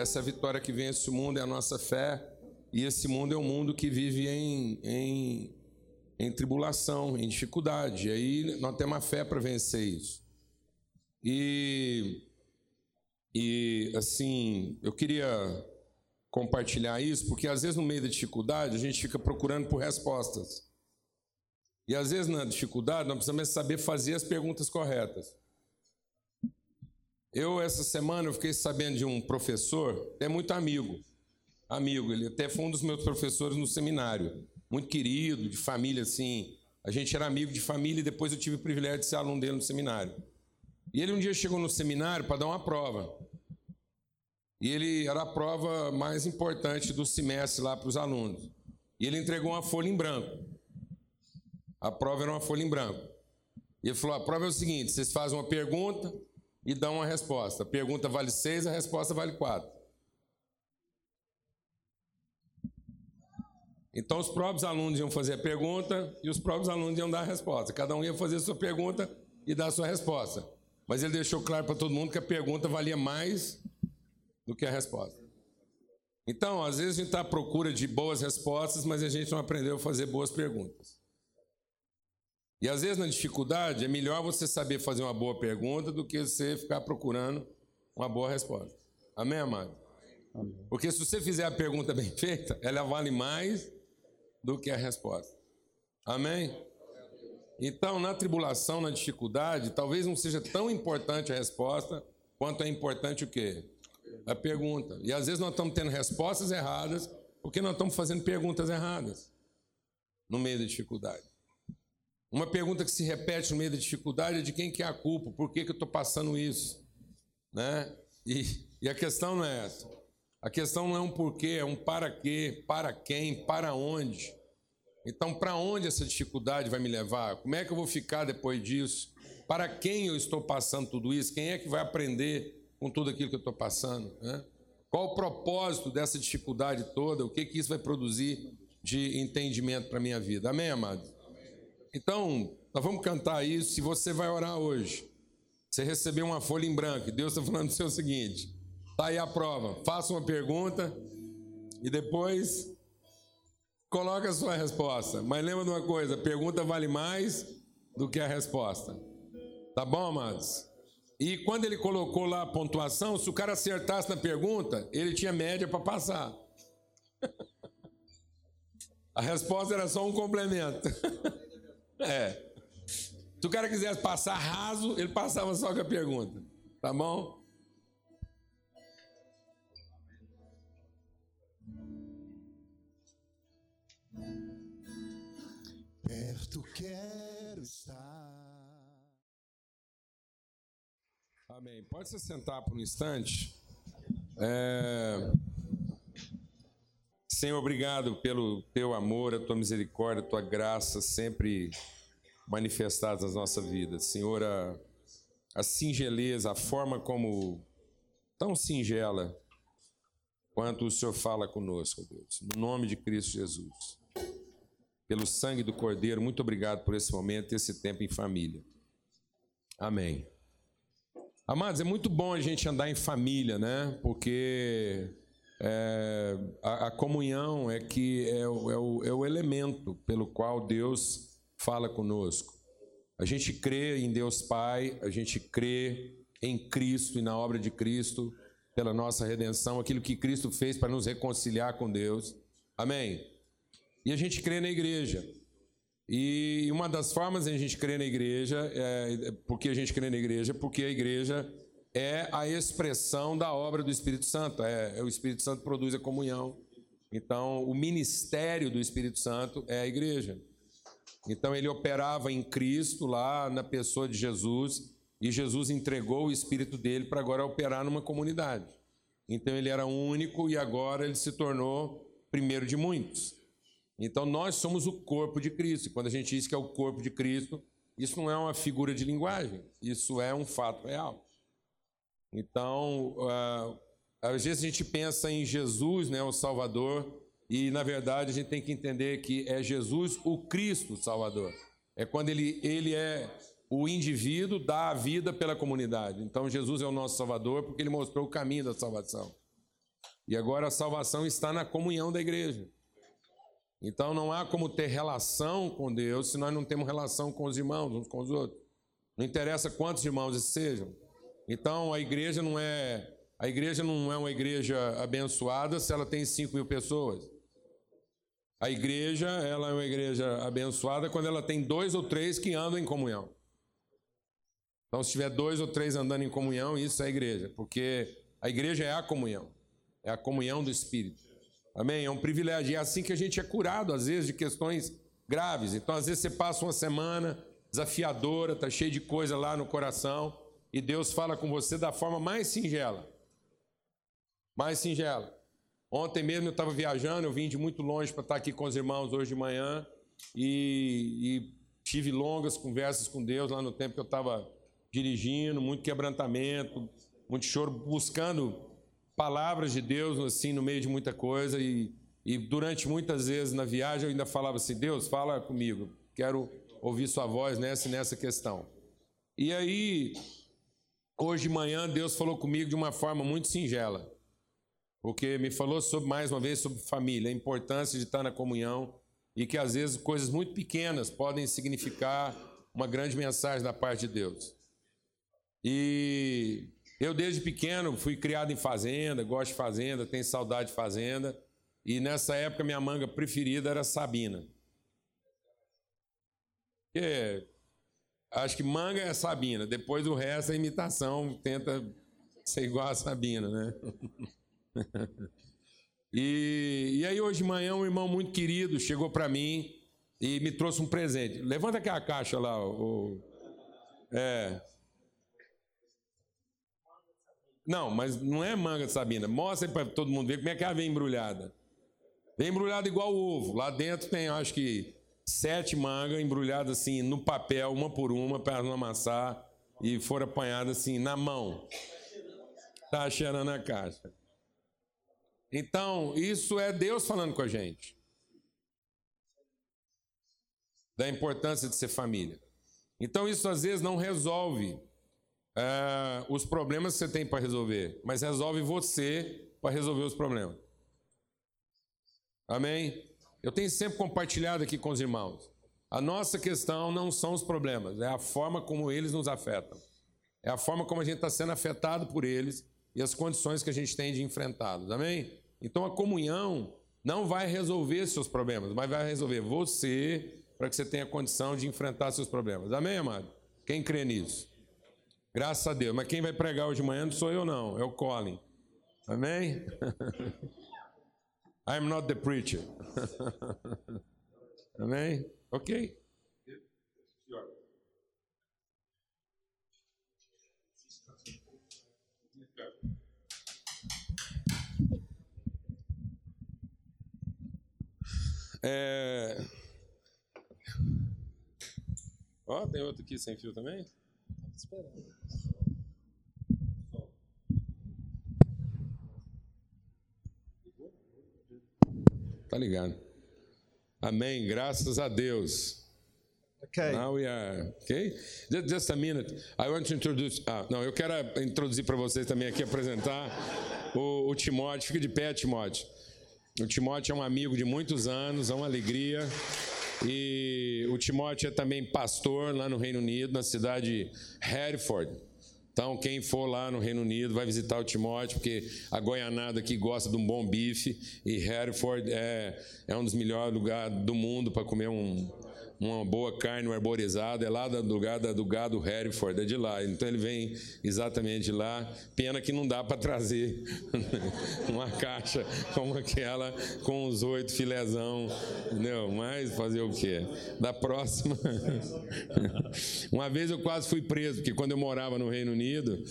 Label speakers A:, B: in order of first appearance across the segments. A: essa vitória que vence o mundo é a nossa fé. E esse mundo é um mundo que vive em, em, em tribulação, em dificuldade. E aí nós temos a fé para vencer isso. E, e, assim, eu queria compartilhar isso, porque às vezes no meio da dificuldade a gente fica procurando por respostas. E às vezes na dificuldade nós precisamos saber fazer as perguntas corretas. Eu, essa semana, eu fiquei sabendo de um professor, é muito amigo, amigo, ele até foi um dos meus professores no seminário, muito querido, de família, assim. A gente era amigo de família e depois eu tive o privilégio de ser aluno dele no seminário. E ele um dia chegou no seminário para dar uma prova. E ele era a prova mais importante do semestre lá para os alunos. E ele entregou uma folha em branco. A prova era uma folha em branco. E ele falou: a prova é o seguinte: vocês fazem uma pergunta e dão uma resposta. A pergunta vale seis, a resposta vale quatro. Então os próprios alunos iam fazer a pergunta e os próprios alunos iam dar a resposta. Cada um ia fazer a sua pergunta e dar a sua resposta. Mas ele deixou claro para todo mundo que a pergunta valia mais do que a resposta. Então, às vezes a gente está à procura de boas respostas, mas a gente não aprendeu a fazer boas perguntas. E às vezes na dificuldade é melhor você saber fazer uma boa pergunta do que você ficar procurando uma boa resposta. Amém, amado? Amém. Porque se você fizer a pergunta bem feita, ela vale mais do que a resposta. Amém? Então, na tribulação, na dificuldade, talvez não seja tão importante a resposta quanto é importante o quê? A pergunta. E às vezes nós estamos tendo respostas erradas porque nós estamos fazendo perguntas erradas no meio da dificuldade. Uma pergunta que se repete no meio da dificuldade é de quem que é a culpa, por que, que eu estou passando isso? Né? E, e a questão não é essa. A questão não é um porquê, é um para quê, para quem, para onde. Então, para onde essa dificuldade vai me levar? Como é que eu vou ficar depois disso? Para quem eu estou passando tudo isso? Quem é que vai aprender com tudo aquilo que eu estou passando? Né? Qual o propósito dessa dificuldade toda? O que, que isso vai produzir de entendimento para a minha vida? Amém, amado? Então, nós vamos cantar isso. Se você vai orar hoje, você recebeu uma folha em branco, Deus está falando do seu seguinte: está aí a prova, faça uma pergunta e depois coloca a sua resposta. Mas lembra de uma coisa: a pergunta vale mais do que a resposta. Tá bom, amados? E quando ele colocou lá a pontuação, se o cara acertasse na pergunta, ele tinha média para passar. A resposta era só um complemento. É. Se o cara quisesse passar raso, ele passava só com a pergunta. Tá bom?
B: perto quero estar.
A: Amém. Pode se sentar por um instante. É... Senhor, obrigado pelo teu amor, a tua misericórdia, a tua graça sempre manifestadas na nossa vida. Senhor, a, a singeleza, a forma como tão singela quanto o Senhor fala conosco, Deus. No nome de Cristo Jesus pelo sangue do Cordeiro. Muito obrigado por esse momento e esse tempo em família. Amém. Amados, é muito bom a gente andar em família, né? Porque é, a, a, comunhão é que é o, é, o, é o elemento pelo qual Deus fala conosco. A gente crê em Deus Pai, a gente crê em Cristo e na obra de Cristo pela nossa redenção, aquilo que Cristo fez para nos reconciliar com Deus. Amém e a gente crê na igreja. E uma das formas de a gente crer na igreja, é, porque a gente crê na igreja, porque a igreja é a expressão da obra do Espírito Santo. É, o Espírito Santo produz a comunhão. Então, o ministério do Espírito Santo é a igreja. Então, ele operava em Cristo, lá na pessoa de Jesus, e Jesus entregou o Espírito dele para agora operar numa comunidade. Então, ele era único e agora ele se tornou primeiro de muitos. Então nós somos o corpo de Cristo. Quando a gente diz que é o corpo de Cristo, isso não é uma figura de linguagem, isso é um fato real. Então, às vezes a gente pensa em Jesus, né, o Salvador, e na verdade a gente tem que entender que é Jesus o Cristo Salvador. É quando ele, ele é o indivíduo, dá a vida pela comunidade. Então Jesus é o nosso Salvador porque ele mostrou o caminho da salvação. E agora a salvação está na comunhão da igreja. Então não há como ter relação com Deus se nós não temos relação com os irmãos, uns com os outros. Não interessa quantos irmãos esses sejam. Então a igreja não é a igreja não é uma igreja abençoada se ela tem 5 mil pessoas. A igreja ela é uma igreja abençoada quando ela tem dois ou três que andam em comunhão. Então se tiver dois ou três andando em comunhão, isso é igreja, porque a igreja é a comunhão, é a comunhão do Espírito. Amém? É um privilégio. E é assim que a gente é curado, às vezes, de questões graves. Então, às vezes, você passa uma semana desafiadora, está cheio de coisa lá no coração, e Deus fala com você da forma mais singela. Mais singela. Ontem mesmo eu estava viajando, eu vim de muito longe para estar aqui com os irmãos hoje de manhã, e, e tive longas conversas com Deus lá no tempo que eu estava dirigindo, muito quebrantamento, muito choro, buscando palavras de Deus assim no meio de muita coisa e, e durante muitas vezes na viagem eu ainda falava assim Deus fala comigo quero ouvir sua voz nessa e nessa questão e aí hoje de manhã Deus falou comigo de uma forma muito singela porque me falou sobre mais uma vez sobre família a importância de estar na comunhão e que às vezes coisas muito pequenas podem significar uma grande mensagem da parte de Deus e eu, desde pequeno, fui criado em fazenda, gosto de fazenda, tenho saudade de fazenda. E nessa época, minha manga preferida era Sabina. É, acho que manga é Sabina, depois o resto é imitação, tenta ser igual a Sabina, né? e, e aí, hoje de manhã, um irmão muito querido chegou para mim e me trouxe um presente. Levanta aquela caixa lá, o. É, não, mas não é manga de Sabina. Mostra para todo mundo ver como é que ela vem embrulhada. Vem embrulhada igual ovo. Lá dentro tem, acho que, sete mangas embrulhadas assim no papel, uma por uma, para não amassar e foram apanhadas assim na mão. Tá cheirando a caixa. Então, isso é Deus falando com a gente. Da importância de ser família. Então, isso às vezes não resolve Uh, os problemas que você tem para resolver, mas resolve você para resolver os problemas. Amém? Eu tenho sempre compartilhado aqui com os irmãos. A nossa questão não são os problemas, é a forma como eles nos afetam. É a forma como a gente está sendo afetado por eles e as condições que a gente tem de enfrentá-los. Amém? Então a comunhão não vai resolver seus problemas, mas vai resolver você para que você tenha condição de enfrentar seus problemas. Amém, amado? Quem crê nisso? Graças a Deus. Mas quem vai pregar hoje de manhã não sou eu, não. É o Colin. Amém? I'm not the preacher. Amém? Ok. É... Ó, tem outro aqui sem fio também? esperando. Tá ligado. Amém. Graças a Deus.
C: Okay.
A: Now we are. Okay? Just, just a minute. I want to introduce. Ah, não, eu quero introduzir para vocês também aqui, apresentar o, o Timóteo. Fica de pé, Timóteo. O Timóteo é um amigo de muitos anos, é uma alegria. E o Timóteo é também pastor lá no Reino Unido, na cidade de Hereford. Então, quem for lá no Reino Unido vai visitar o Timóteo, porque a goianada aqui gosta de um bom bife e Hereford é, é um dos melhores lugares do mundo para comer um, uma boa carne arborizada. É lá do lugar da, do gado Hereford, é de lá. Então, ele vem exatamente de lá. Pena que não dá para trazer uma caixa como aquela com os oito filezão, entendeu? Mas fazer o quê? Da próxima. uma vez eu quase fui preso, porque quando eu morava no Reino Unido, Unido,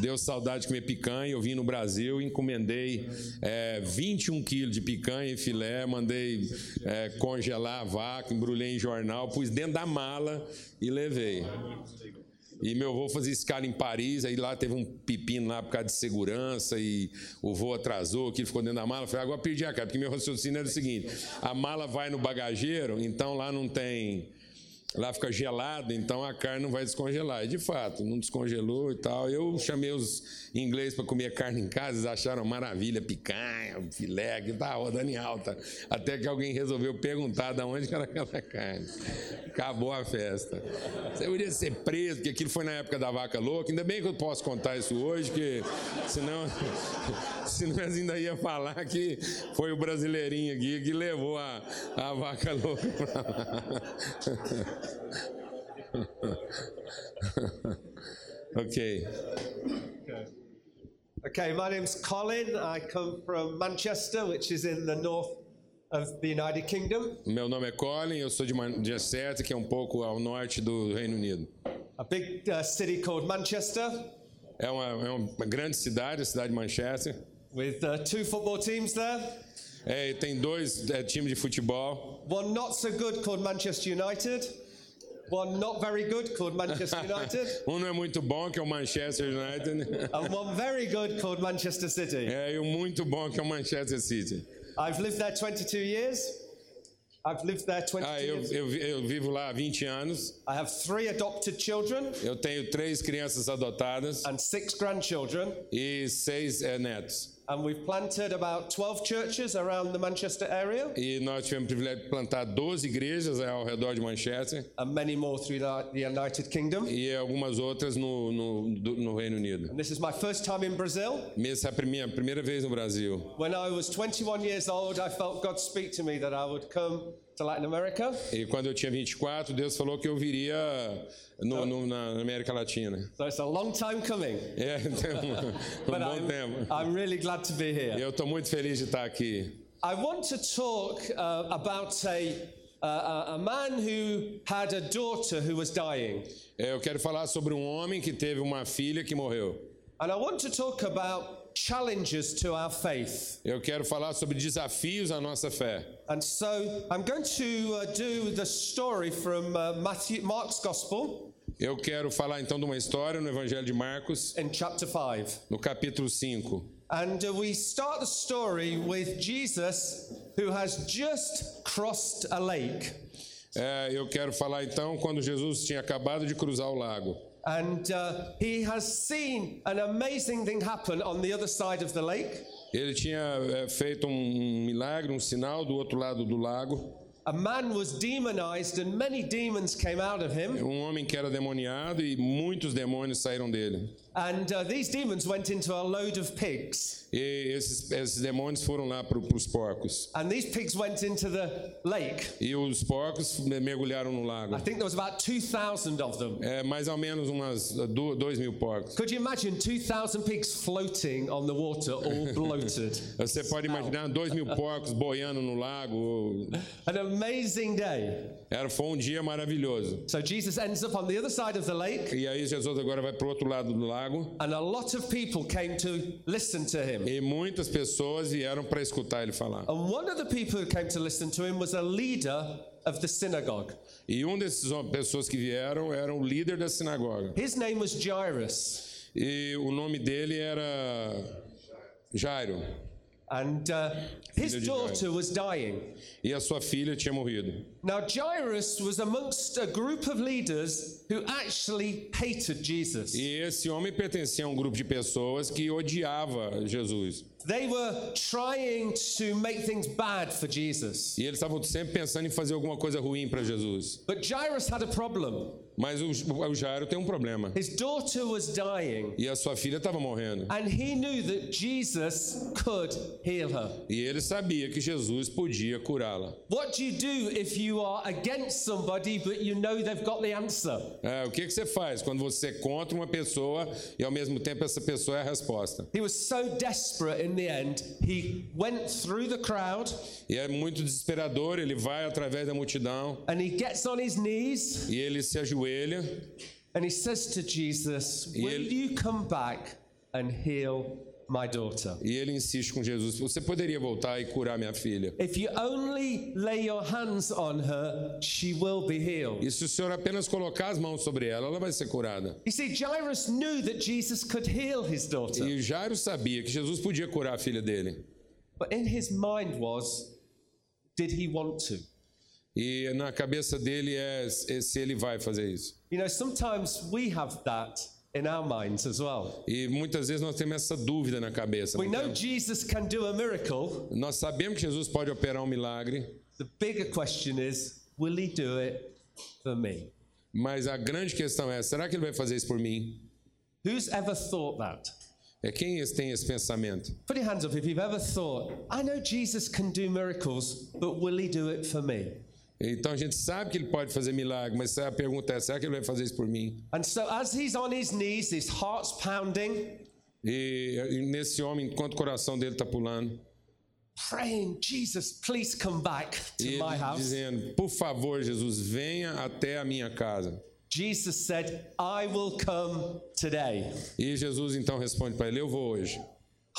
A: deu saudade de comer picanha. Eu vim no Brasil, encomendei é, 21 quilos de picanha e filé, mandei é, congelar a vaca, embrulhei em jornal, pus dentro da mala e levei. E meu avô fazia escala em Paris, aí lá teve um pepino lá por causa de segurança e o voo atrasou, aquilo ficou dentro da mala. Eu falei, agora perdi a cara, porque meu raciocínio era o seguinte: a mala vai no bagageiro, então lá não tem Lá fica gelada, então a carne não vai descongelar. E de fato, não descongelou e tal. Eu chamei os ingleses para comer carne em casa, eles acharam maravilha, picanha, é filé, que tá rodando em alta. Até que alguém resolveu perguntar de onde era aquela carne. Acabou a festa. Você podia ser preso, porque aquilo foi na época da vaca louca. Ainda bem que eu posso contar isso hoje, que senão, senão nós ainda ia falar que foi o brasileirinho aqui que levou a, a vaca louca pra lá. ok.
C: Okay, my name's Colin. I come from Manchester, which is in the north of the United Kingdom.
A: Meu nome é Colin, eu sou de Manchester, que é um pouco ao norte do Reino Unido.
C: A big uh, city called Manchester
A: É uma, é uma grande cidade, a cidade de Manchester.
C: with uh, two football teams there.
A: É, e tem dois é, times de futebol.
C: One not so good called Manchester United. One not very good called Manchester United.
A: um não é muito bom, que é o Manchester United.
C: and one very good called Manchester City.
A: É, e o muito bom, que é o Manchester City.
C: I've lived there 22 years. I've lived there 22
A: Ah, eu,
C: years.
A: eu, vi- eu vivo lá há 20 anos.
C: I have three adopted children
A: Eu tenho três crianças adotadas
C: and six grandchildren,
A: e seis é, netos.
C: and we've planted about 12 churches around the Manchester area
A: E nós tivemos o privilégio de plantar 12 igrejas né, ao redor de Manchester
C: and many more through the the United Kingdom.
A: e algumas outras no, no, do- no Reino Unido.
C: And this is my first time in Brazil.
A: Essa é a primeira, primeira vez no Brasil.
C: When I was 21 years old, I felt God speak to me that I would come to Latin America.
A: E quando eu tinha 24, Deus falou que eu viria no, no- na América Latina.
C: So it's a long time coming,
A: É, tem um, um
C: but
A: bom
C: I'm,
A: tempo.
C: I'm really glad to be here.
A: Eu estou muito feliz de estar aqui.
C: I want to talk uh, about a, uh, a man who had a daughter who was dying.
A: É, Eu quero falar sobre um homem que teve uma filha que morreu.
C: And I want to talk about challenges to our faith.
A: Eu quero falar sobre desafios à nossa fé.
C: And so I'm going to uh, do the story from uh, Matthew, Mark's Gospel
A: Eu quero falar então de uma história no Evangelho de Marcos,
C: in chapter 5.
A: no capítulo 5.
C: And uh, we start the story with Jesus who has just crossed a lake.
A: É, eu quero falar então quando Jesus tinha acabado de cruzar o lago.
C: And uh, he has seen an amazing thing happen on the other side of the lake.
A: Ele tinha é, feito um milagre, um sinal do outro lado do lago.
C: A man was demonized, and many demons came out of him.
A: um homem que era demoniado e muitos demônios saíram dele.
C: And uh, these demons went into a load of pigs.
A: E esses, esses demônios foram lá para os porcos.
C: And these pigs went into the lake.
A: E os porcos me- mergulharam no lago.
C: I think there was about 2,000 of them.
A: É, mais ou menos umas eh, du- dois mil porcos.
C: Could you imagine 2,000 pigs floating on the water, all bloated?
A: Você pode imaginar dois mil porcos boiando no lago.
C: An amazing day.
A: Era, foi um dia maravilhoso.
C: So Jesus ends up on the other side of the lake,
A: E aí Jesus agora vai para o outro lado do lago.
C: and a lot of people came to listen to him.
A: E muitas pessoas vieram para escutar ele falar.
C: And one of the people who came to listen to him was a leader of the synagogue.
A: E um desses hom- pessoas que vieram era o líder da sinagoga.
C: His name was Jairus.
A: E o nome dele era Jairo.
C: And uh, his
A: Filho de
C: daughter was dying.
A: e a sua filha tinha morrido.
C: Now, Jairus was amongst a group of leaders who actually hated Jesus.
A: E esse homem pertencia a um grupo de pessoas que odiava Jesus.
C: They were trying to make things bad for Jesus.
A: E eles estavam sempre pensando em fazer alguma coisa ruim para Jesus.
C: But Jairus had a problem.
A: Mas o, o Jairo tem um problema.
C: His daughter was dying,
A: E a sua filha estava morrendo.
C: and he knew that Jesus could heal her.
A: E ele sabia que Jesus podia curá-la.
C: What do you do if you are against somebody but you know they've got the answer?
A: É, o que, que você faz quando você é contra uma pessoa e ao mesmo tempo essa pessoa é a resposta?
C: He was so desperate in the end, he went through the crowd
A: E é muito desesperador. Ele vai através da multidão
C: and he gets on his knees
A: e ele se ajoelha
C: And he says to Jesus,
A: Y
C: Will
A: él-
C: you come back and heal my daughter?
A: e ele insiste com Jesus: Você poderia voltar e curar minha filha?
C: If you only lay your hands on her, she will be healed.
A: E se o senhor apenas colocar as mãos sobre ela, ela vai ser curada.
C: You see, Jairus knew that Jesus could heal his daughter,
A: E Jairo sabia que Jesus podia curar a filha dele.
C: but in his mind was, Did he want to?
A: E na cabeça dele é, é se ele vai fazer isso.
C: You know, sometimes we have that in our minds as well.
A: E muitas vezes nós temos essa dúvida na cabeça. não
C: We know
A: temos?
C: Jesus can do a miracle.
A: Nós sabemos que Jesus pode operar um milagre,
C: The bigger question is, will he do it for me?
A: mas a grande questão é: será que ele vai fazer isso por mim?
C: Who's ever thought that?
A: É quem esse- tem esse pensamento?
C: Put your hands up if you've ever thought, I know Jesus can do miracles, but will he do it for me?
A: Então a gente sabe que ele pode fazer milagre, mas a pergunta é: será que ele vai fazer isso por mim?
C: And so, as he's on his knees, his heart's pounding,
A: E, e nesse homem, enquanto o coração dele está pulando,
C: praying, Jesus, please come back
A: e
C: to
A: ele
C: my house.
A: dizendo: por favor, Jesus, venha até a minha casa.
C: Jesus said, I will come today.
A: E Jesus então responde para ele: eu vou hoje.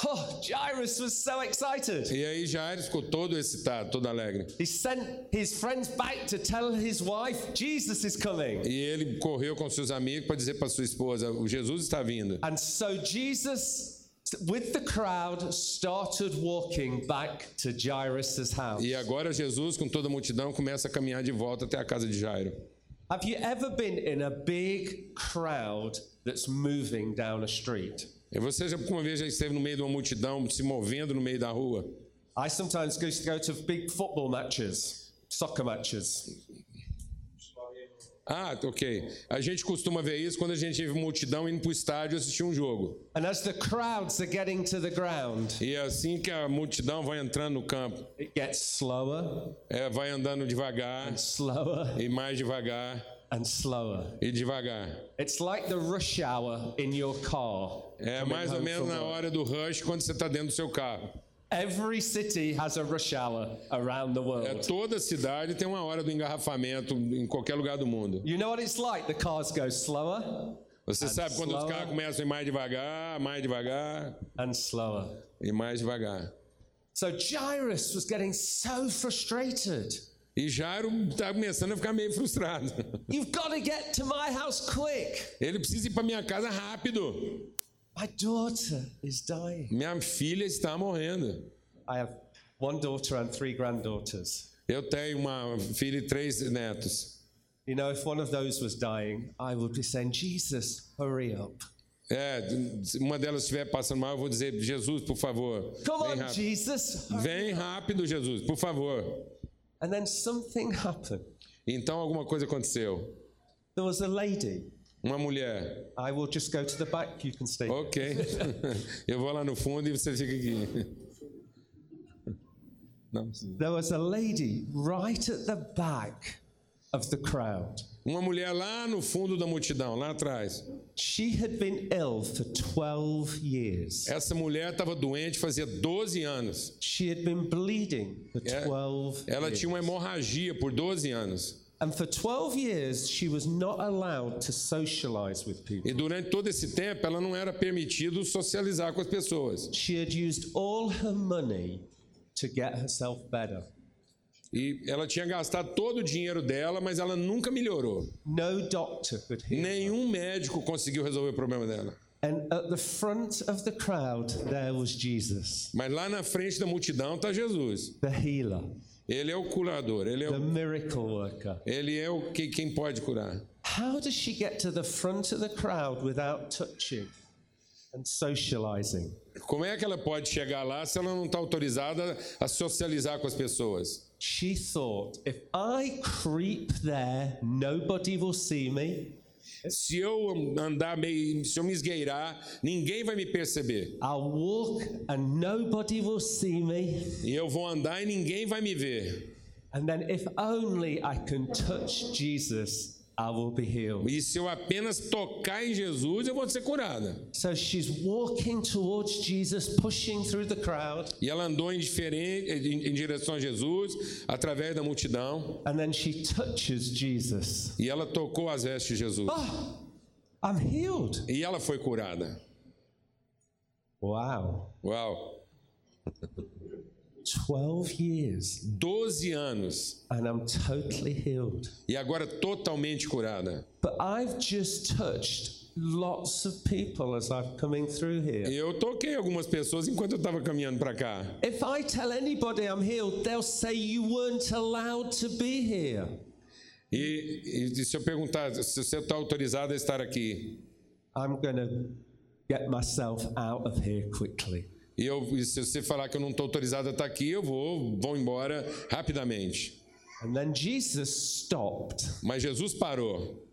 C: Oh, Jairus was so excited.
A: E aí Jairo ficou todo excitado, todo alegre.
C: He sent his friends back to tell his wife, Jesus is coming.
A: E ele correu com seus amigos para dizer para sua esposa: o Jesus está vindo.
C: And so Jesus, with the crowd, started walking back to Jairus' house.
A: E agora Jesus, com toda a multidão, começa a caminhar de volta até a casa de Jairo.
C: Have you ever been in a big crowd that's moving down a street?
A: E você já uma vez já esteve no meio de uma multidão, se movendo no meio da rua?
C: I sometimes go to go to big football matches, soccer matches.
A: Ah, ok. A gente costuma ver isso quando a gente vê multidão indo para o estádio assistir um jogo.
C: And as the crowds are getting to the ground,
A: E assim que a multidão vai entrando no campo,
C: it gets slower,
A: é, vai andando devagar
C: slower,
A: e mais devagar
C: and slower.
A: e devagar.
C: It's like the rush hour in your car.
A: É
C: coming
A: mais ou
C: home
A: menos
C: from
A: na
C: work.
A: hora do rush quando você está dentro do seu carro.
C: Every city has a rush hour around the
A: É,
C: world.
A: toda cidade tem uma hora do engarrafamento em qualquer lugar do mundo.
C: You know what it's like? The cars go slower
A: Você sabe quando os
C: slower.
A: carros começam a ir mais devagar, mais devagar
C: and slower.
A: e mais devagar.
C: So Jairus was getting so frustrated.
A: E Jairo está começando a ficar meio frustrado.
C: You've got to get to my house quick.
A: Ele precisa ir para minha casa rápido.
C: My daughter is dying.
A: Minha filha está morrendo.
C: I have one daughter and three granddaughters.
A: Eu tenho uma filha e três netos.
C: You know, if one of those was dying, I would be saying, Jesus, hurry up.
A: É, se uma delas estiver passando mal, eu vou dizer: Jesus, por favor.
C: Come
A: vem
C: on,
A: rápido.
C: Jesus. hurry."
A: Vem rápido, Jesus, por favor.
C: And then something happened.
A: Então alguma coisa aconteceu.
C: There was a lady.
A: Uma mulher.
C: I will just go to the back. You can stay.
A: Ok. eu vou lá no fundo e você fica aqui. Não.
C: There was a lady right at the back of the crowd.
A: Uma mulher lá no fundo da multidão, lá atrás.
C: She had been ill for 12 years.
A: Essa mulher estava doente fazia 12 anos.
C: She had been bleeding for
A: Yeah.
C: 12
A: Ela
C: years.
A: tinha uma hemorragia por 12 anos.
C: And for 12 years, she was not allowed to socialize with people.
A: E durante todo esse tempo, ela não era permitido socializar com as pessoas.
C: She had used all her money to get herself better.
A: E ela tinha gastado todo o dinheiro dela, mas ela nunca melhorou.
C: No doctor could heal.
A: Nenhum médico conseguiu resolver o problema dela.
C: And at the front of the crowd, there was Jesus,
A: Mas lá na frente da multidão está Jesus.
C: the healer,
A: Ele é o curador, ele é,
C: the
A: o,
C: miracle worker.
A: ele é o que, quem pode curar.
C: How does she get to the front of the crowd without touching and socializing?
A: Como é que ela pode chegar lá se ela não está autorizada a socializar com as pessoas?
C: She thought, if I creep there, nobody will see me.
A: Se eu andar meio, se eu me esgueirar, ninguém vai me perceber.
C: I'll walk and nobody will see me.
A: E eu vou andar e ninguém vai me ver.
C: And then, if only I can touch Jesus, I will be healed.
A: E se eu apenas tocar em Jesus, eu vou ser curada.
C: So she's walking towards Jesus, pushing through the crowd,
A: E ela andou em, diferente, em, em direção a Jesus, através da multidão,
C: and then she touches Jesus.
A: e ela tocou as vestes de Jesus.
C: Ah, I'm healed.
A: E ela foi curada.
C: Wow.
A: Uau!
C: 12 years,
A: 12 anos
C: and I'm totally healed.
A: e agora totalmente curada.
C: But I've just touched lots of people as I'm coming through here.
A: Eu toquei algumas pessoas enquanto eu estava caminhando para cá.
C: If I tell anybody I'm healed, they'll say you weren't allowed to be here.
A: E, e se eu perguntar se você está autorizado a estar aqui,
C: I'm going to get myself out of here quickly.
A: e, eu, e se você falar que eu não estou autorizado a estar aqui, eu vou, vou embora rapidamente.
C: And then Jesus stopped
A: Mas Jesus parou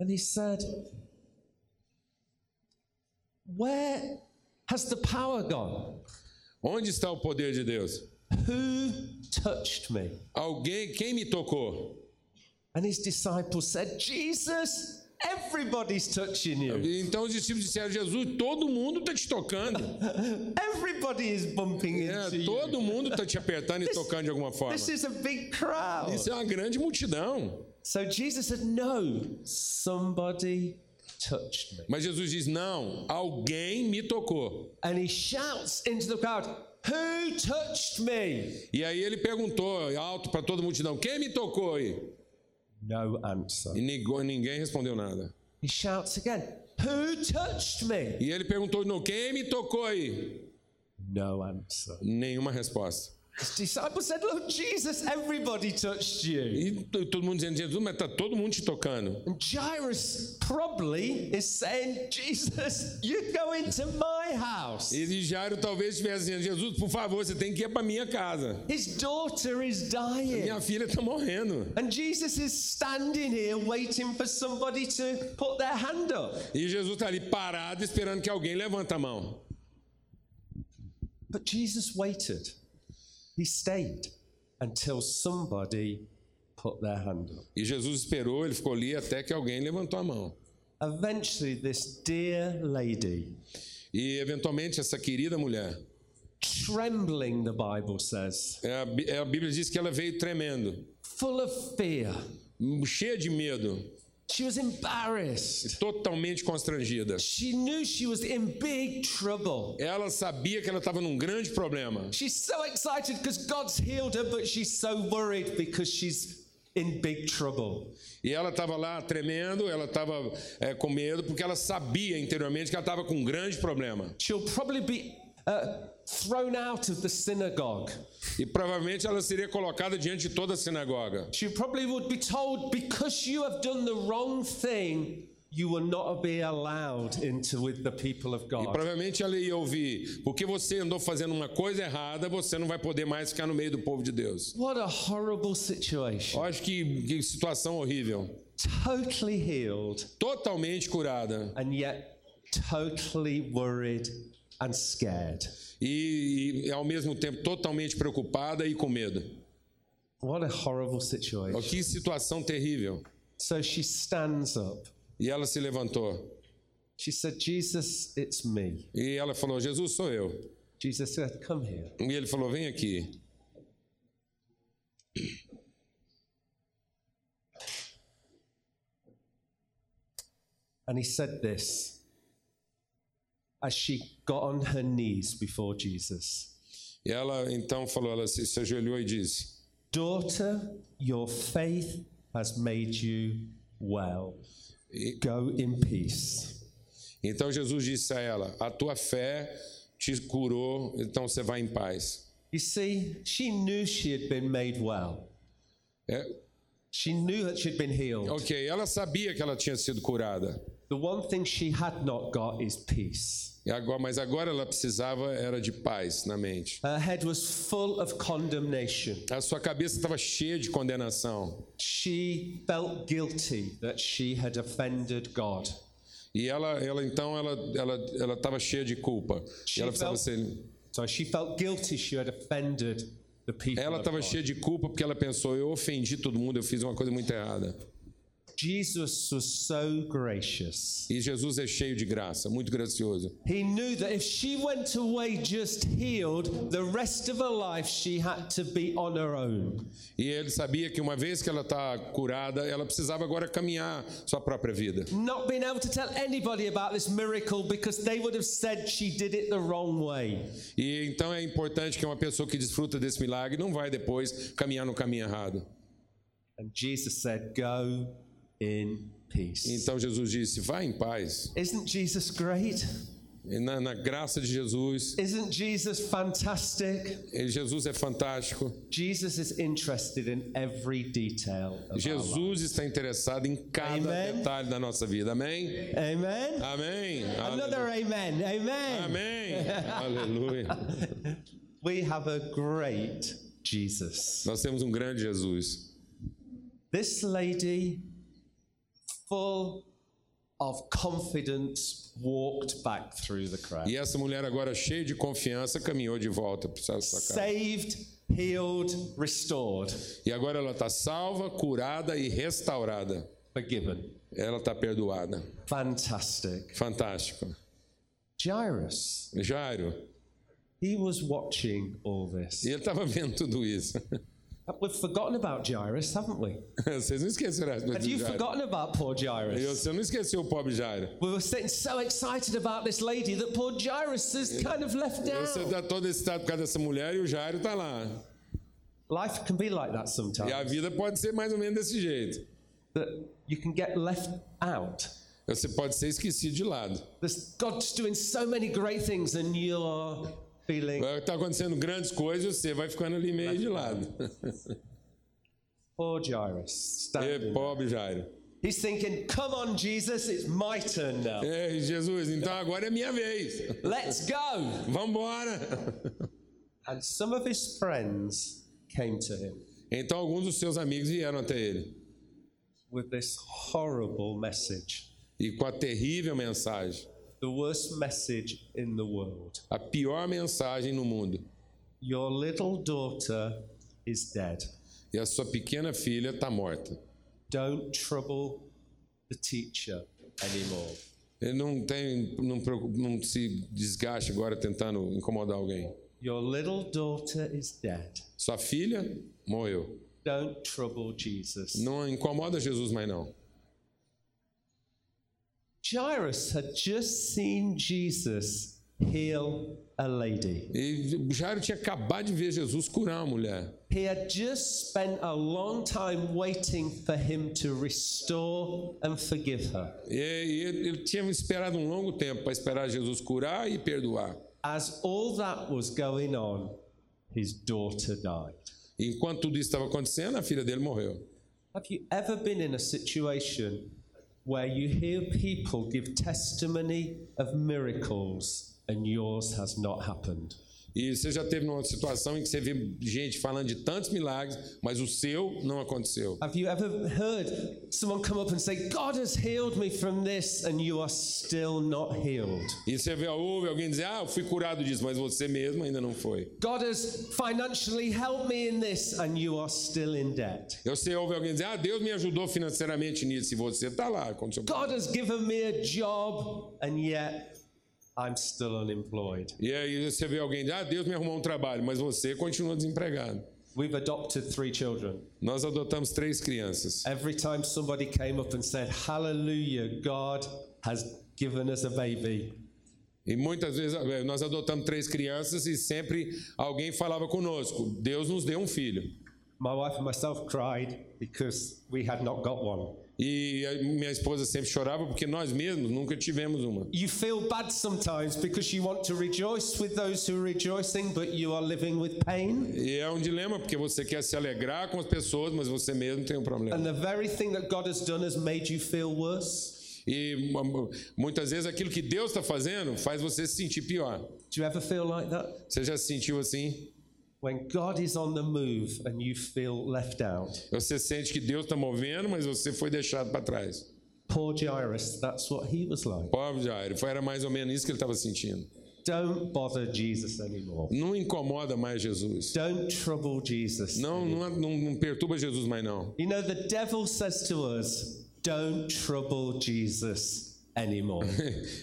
C: and he said, Where has the power gone?
A: Onde está o poder de Deus?
C: Who touched me?
A: Alguém, quem me tocou?
C: And his disciples said, Jesus, everybody's touching you.
A: Então os discípulos disseram: Jesus, todo mundo está te tocando.
C: Everybody is bumping
A: É,
C: into you.
A: todo mundo está te apertando e tocando de alguma forma.
C: This is a big crowd.
A: Isso é uma grande multidão.
C: So Jesus said, No, somebody touched me.
A: Mas Jesus diz: Não, alguém me tocou.
C: And he shouts into the crowd, Who touched me?
A: E aí ele perguntou alto para toda a multidão: Quem me tocou aí?
C: No answer.
A: E nigo- ninguém respondeu nada.
C: He shouts again, Who touched me?
A: E ele perguntou: Não, quem me tocou aí?
C: No answer.
A: Nenhuma resposta.
C: His disciples said, Look, Jesus, everybody touched you.
A: E t- todo mundo dizendo: Jesus, mas está todo mundo te tocando.
C: And Jairus probably is saying, Jesus, you go into my house.
A: E Jairo talvez estivesse dizendo: Jesus, por favor, você tem que ir para minha casa.
C: His daughter is dying.
A: Minha filha está morrendo.
C: And Jesus is standing here waiting for somebody to put their hand up.
A: E Jesus está ali parado esperando que alguém levanta a mão.
C: But Jesus waited. He stayed until somebody put their hand up.
A: E Jesus esperou, ele ficou ali até que alguém levantou a mão.
C: Eventually, this dear lady,
A: E eventualmente essa querida mulher,
C: trembling, the Bible says,
A: é, a Bí- é, a Bíblia diz que ela veio tremendo,
C: full of fear,
A: cheia de medo,
C: she was embarrassed.
A: totalmente constrangida.
C: She knew she was in big trouble.
A: Ela sabia que ela estava num grande problema.
C: She's so excited because God's healed her, but she's so worried because she's in big trouble.
A: E ela estava lá tremendo, ela estava é, com medo, porque ela sabia interiormente que ela estava com um grande problema.
C: She'll probably be uh, thrown out of the synagogue.
A: E provavelmente ela seria colocada diante de toda a sinagoga.
C: She probably would be told, because you have done the wrong thing, you will not be allowed into with the people of
A: E
C: God.
A: provavelmente ela ia ouvir, porque você andou fazendo uma coisa errada, você não vai poder mais ficar no meio do povo de Deus.
C: What a horrible
A: Eu
C: situation.
A: acho que, que situação horrível.
C: Totally healed,
A: Totalmente curada
C: and yet totally worried and scared.
A: e, e, ao mesmo tempo totalmente preocupada e com medo.
C: What a horrible
A: Ó,
C: situation.
A: Que situação terrível.
C: So she stands up.
A: E ela se levantou
C: She said, Jesus, it's me.
A: e ela falou: Jesus, sou eu.
C: Jesus said, Come here.
A: E ele falou: Vem aqui.
C: And he said this as she got on her knees before Jesus.
A: E ela então falou: Ela se, se ajoelhou e disse:
C: Daughter, your faith has made you well. Go in peace.
A: Então Jesus disse a ela: A tua fé te curou, então você vai em paz.
C: You see, she knew she had been made well.
A: É,
C: She knew that she'd been healed.
A: ok, ela sabia que ela tinha sido curada.
C: The one thing she had not got is peace.
A: E agora, mas agora ela precisava era de paz na mente.
C: Her head was full of condemnation.
A: A sua cabeça estava cheia de condenação.
C: She felt guilty that she had offended God.
A: E ela, ela então, ela ela ela estava cheia de culpa. E ela precisava ser
C: So she felt guilty she had offended the people.
A: ela
C: of
A: estava
C: God.
A: cheia de culpa porque ela pensou, eu ofendi todo mundo, eu fiz uma coisa muito errada.
C: Jesus was so gracious.
A: E Jesus é cheio de graça, muito gracioso.
C: He knew that if she went away just healed, the rest of her life she had to be on her own.
A: E ele sabia que uma vez que ela está curada, ela precisava agora caminhar sua própria vida.
C: Not being able to tell anybody about this miracle because they would have said she did it the wrong way.
A: E então é importante que uma pessoa que desfruta desse milagre não vai depois caminhar no caminho errado.
C: And Jesus said, Go in peace.
A: Então Jesus disse: Vá em paz.
C: Isn't Jesus great?
A: E na, na graça de Jesus,
C: Isn't Jesus fantastic?
A: ele- Jesus é fantástico.
C: Jesus is interested in every detail of our life.
A: Jesus está interessado em cada
C: Amen.
A: detalhe da nossa vida. Amém?
C: Amen.
A: Amém.
C: Another amen. Amen.
A: Amém. Aleluia.
C: We have a great Jesus.
A: Nós temos um grande Jesus.
C: This lady, full of confidence, walked back through the crowd.
A: E essa mulher agora cheia de confiança caminhou de volta para sua sua casa.
C: Saved, healed, restored,
A: E agora ela está salva, curada e restaurada.
C: forgiven.
A: Ela está perdoada.
C: Fantastic.
A: Fantástico.
C: Jairus,
A: Jairo,
C: he was watching all this.
A: e ele estava vendo tudo isso.
C: We've forgotten about Jairus, haven't we?
A: Vocês não esqueceram né,
C: Have
A: do
C: you
A: Jairo.
C: forgotten about poor
A: E
C: Jairus?
A: Você não esqueceu o pobre Jairo.
C: We were sitting so excited about this lady that poor Jairus is kind of left
A: Então, Você
C: down.
A: está todo excitado por causa dessa mulher e o Jairo está lá.
C: Life can be like that
A: E a
C: sometimes.
A: vida pode ser mais ou menos desse jeito.
C: That you can get left out.
A: Você pode ser esquecido de lado.
C: There's, God's doing so many great things, and you are feeling
A: Está tá acontecendo grandes coisas e você vai ficando ali meio de lado.
C: poor Jairus. Standing.
A: E pobre Jairo.
C: He's thinking, "Come on, Jesus, it's my turn now.
A: Ei, Jesus, então agora é minha vez.
C: Let's go."
A: Vambora!
C: And some of his friends came to him
A: Então alguns dos seus amigos vieram até ele.
C: with this horrible message,
A: E com a terrível mensagem.
C: the worst message in the world.
A: A pior mensagem no mundo.
C: Your little daughter is dead.
A: e a sua pequena filha está morta.
C: Don't trouble the teacher anymore.
A: Ele não tem, não, preocu- não se desgaste agora tentando incomodar alguém.
C: Your little daughter is dead.
A: Sua filha morreu.
C: Don't trouble Jesus.
A: Não incomoda Jesus mais não.
C: Jairus had just seen Jesus heal a lady.
A: E Jairo tinha acabado de ver Jesus curar uma mulher.
C: He had just spent a long time waiting for him to restore and forgive her.
A: E, e ele, ele tinha esperado um longo tempo para esperar Jesus curar e perdoar.
C: As all that was going on, his daughter died.
A: E enquanto tudo isso estava acontecendo, a filha dele morreu.
C: Have you ever been in a situation where you hear people give testimony of miracles and yours has not happened?
A: E você já teve numa situação em que você viu gente falando de tantos milagres, mas o seu não aconteceu.
C: Have you ever heard someone come up and say, God has healed me from this, and you are still not healed?
A: E você vê, ouve alguém dizer, ah, eu fui curado disso, mas você mesmo ainda não foi.
C: God has financially helped me in this, and you are still in debt.
A: Eu sei, ouve alguém dizer, ah, Deus me ajudou financeiramente nisso, e você tá lá. Com seu...
C: God has given me a job, and yet I'm still unemployed.
A: E aí você vê alguém dizer, ah, Deus me arrumou um trabalho, mas você continua desempregado.
C: We've adopted three children.
A: Nós adotamos três crianças.
C: Every time somebody came up and said, Hallelujah, God has given us a baby,
A: E muitas vezes eh, nós adotamos três crianças e sempre alguém falava conosco, Deus nos deu um filho.
C: my wife and myself cried because we had not got one.
A: E a minha esposa sempre chorava porque nós mesmos nunca tivemos uma.
C: You feel bad sometimes because you want to rejoice with those who are rejoicing, but you are living with pain.
A: E é um dilema, porque você quer se alegrar com as pessoas, mas você mesmo tem um problema.
C: And the very thing that God has done has made you feel worse.
A: E mu- muitas vezes aquilo que Deus está fazendo faz você se sentir pior.
C: Do you ever feel like that?
A: Você já se sentiu assim?
C: When God is on the move and you feel left out.
A: Você sente que Deus está movendo, mas você foi deixado para trás.
C: Poor Jairus, that's what he was like.
A: Pobre Jairo, foi- era mais ou menos isso que ele estava sentindo.
C: Don't bother Jesus anymore.
A: Não incomoda mais Jesus.
C: Don't trouble Jesus.
A: Não, não, não- não perturba Jesus mais não.
C: You know, the devil says to us, don't trouble Jesus anymore.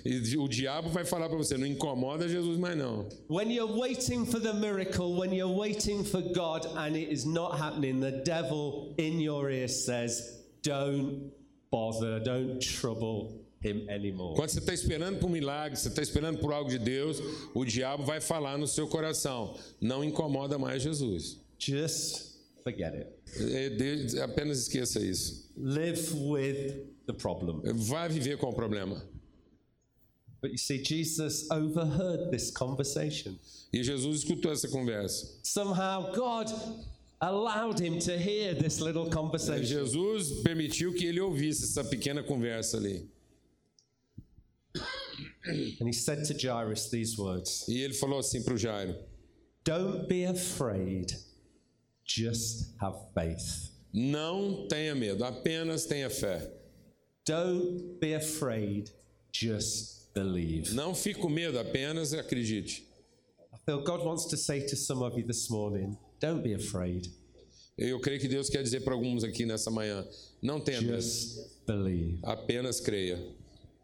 A: E o diabo vai falar para você, não incomoda Jesus mais não.
C: When you're waiting for the miracle, when you're waiting for God and it is not happening, the devil in your ear says, Don't bother, don't trouble him anymore.
A: Quando você está esperando por um milagre, você está esperando por algo de Deus, o diabo vai falar no seu coração, não incomoda mais Jesus.
C: Just forget it.
A: É, de- apenas esqueça isso.
C: Live with the problem.
A: Vá viver com o problema.
C: But you see, Jesus overheard this conversation.
A: E Jesus escutou essa conversa.
C: Somehow, God allowed him to hear this little
A: E
C: conversation.
A: Jesus permitiu que ele ouvisse essa pequena conversa ali.
C: And he said to Jairus these words
A: E ele falou assim para o Jairo:
C: Don't be afraid, just have faith.
A: Não tenha medo, apenas tenha fé.
C: Don't be afraid, just believe.
A: Não fique com medo, apenas acredite.
C: I feel God wants to say to some of you this morning, don't be afraid,
A: Eu creio que Deus quer dizer para alguns aqui nessa manhã: não tenha medo,
C: just believe.
A: apenas creia.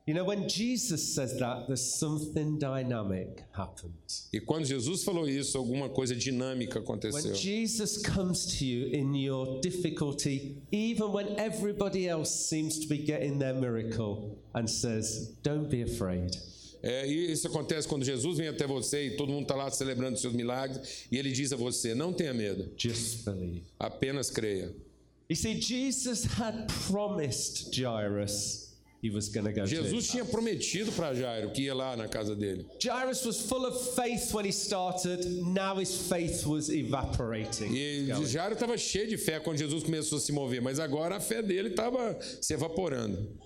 C: You know, when Jesus says that, there's something dynamic happens.
A: E quando Jesus falou isso, alguma coisa dinâmica
C: When
A: aconteceu.
C: Jesus comes to you in your difficulty, even when everybody else seems to be getting their miracle, and says, Don't be afraid,
A: É, e isso acontece quando Jesus vem até você e todo mundo está lá celebrando seus milagres e ele diz a você: não tenha medo,
C: just believe.
A: apenas creia.
C: You see, Jesus had promised Jairus he was going to go
A: Jesus
C: to.
A: tinha prometido para Jairo que ia lá na casa dele.
C: Jairus was full of faith when he started. Now his faith was evaporating.
A: E Jairo estava cheio de fé quando Jesus começou a se mover, mas agora a fé dele estava se evaporando.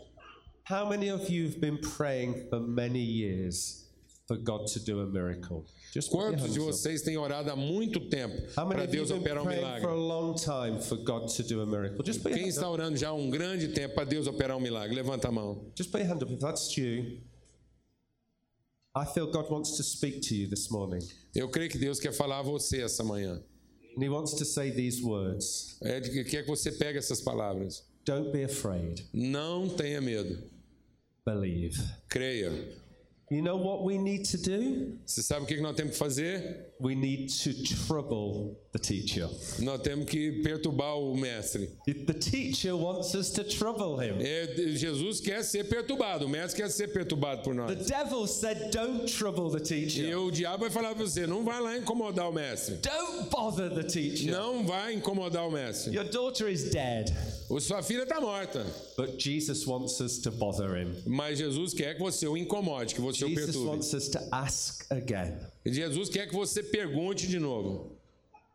C: How many of you have been praying for many years for God to do a miracle? Just put your
A: Quantos de
C: hands up.
A: vocês têm orado há muito tempo
C: How many
A: para
C: of you
A: Deus
C: have
A: operar
C: been
A: um
C: praying for a
A: milagre?
C: long time for God to do a miracle? Just put, your
A: Quem
C: hand
A: está
C: up.
A: orando já há um grande tempo para Deus operar um milagre? Levanta a mão.
C: Just put your hand up if that's you. I feel God wants to speak to you this morning,
A: Eu creio que Deus quer falar a você essa manhã.
C: and He wants to say these words:
A: É de que quer que você pegue essas palavras.
C: Don't be afraid,
A: Não tenha medo.
C: believe.
A: Creia.
C: You know what we need to do?
A: Você sabe o que que nós temos que fazer?
C: We need to trouble the teacher.
A: Nós temos que perturbar o mestre.
C: The teacher wants us to trouble him.
A: É, Jesus quer ser perturbado. O mestre quer ser perturbado por
C: The
A: nós.
C: devil said, "Don't trouble the
A: E
C: teacher.
A: o diabo vai falar para você: não vai lá incomodar o mestre.
C: Don't bother the teacher.
A: Não vai incomodar o mestre.
C: Your daughter is dead."
A: O sua filha está morta.
C: But Jesus wants us to bother him.
A: Mas Jesus quer que você o incomode, que você o
C: Jesus
A: perturbe.
C: wants us to ask again.
A: Jesus quer que você pergunte de novo.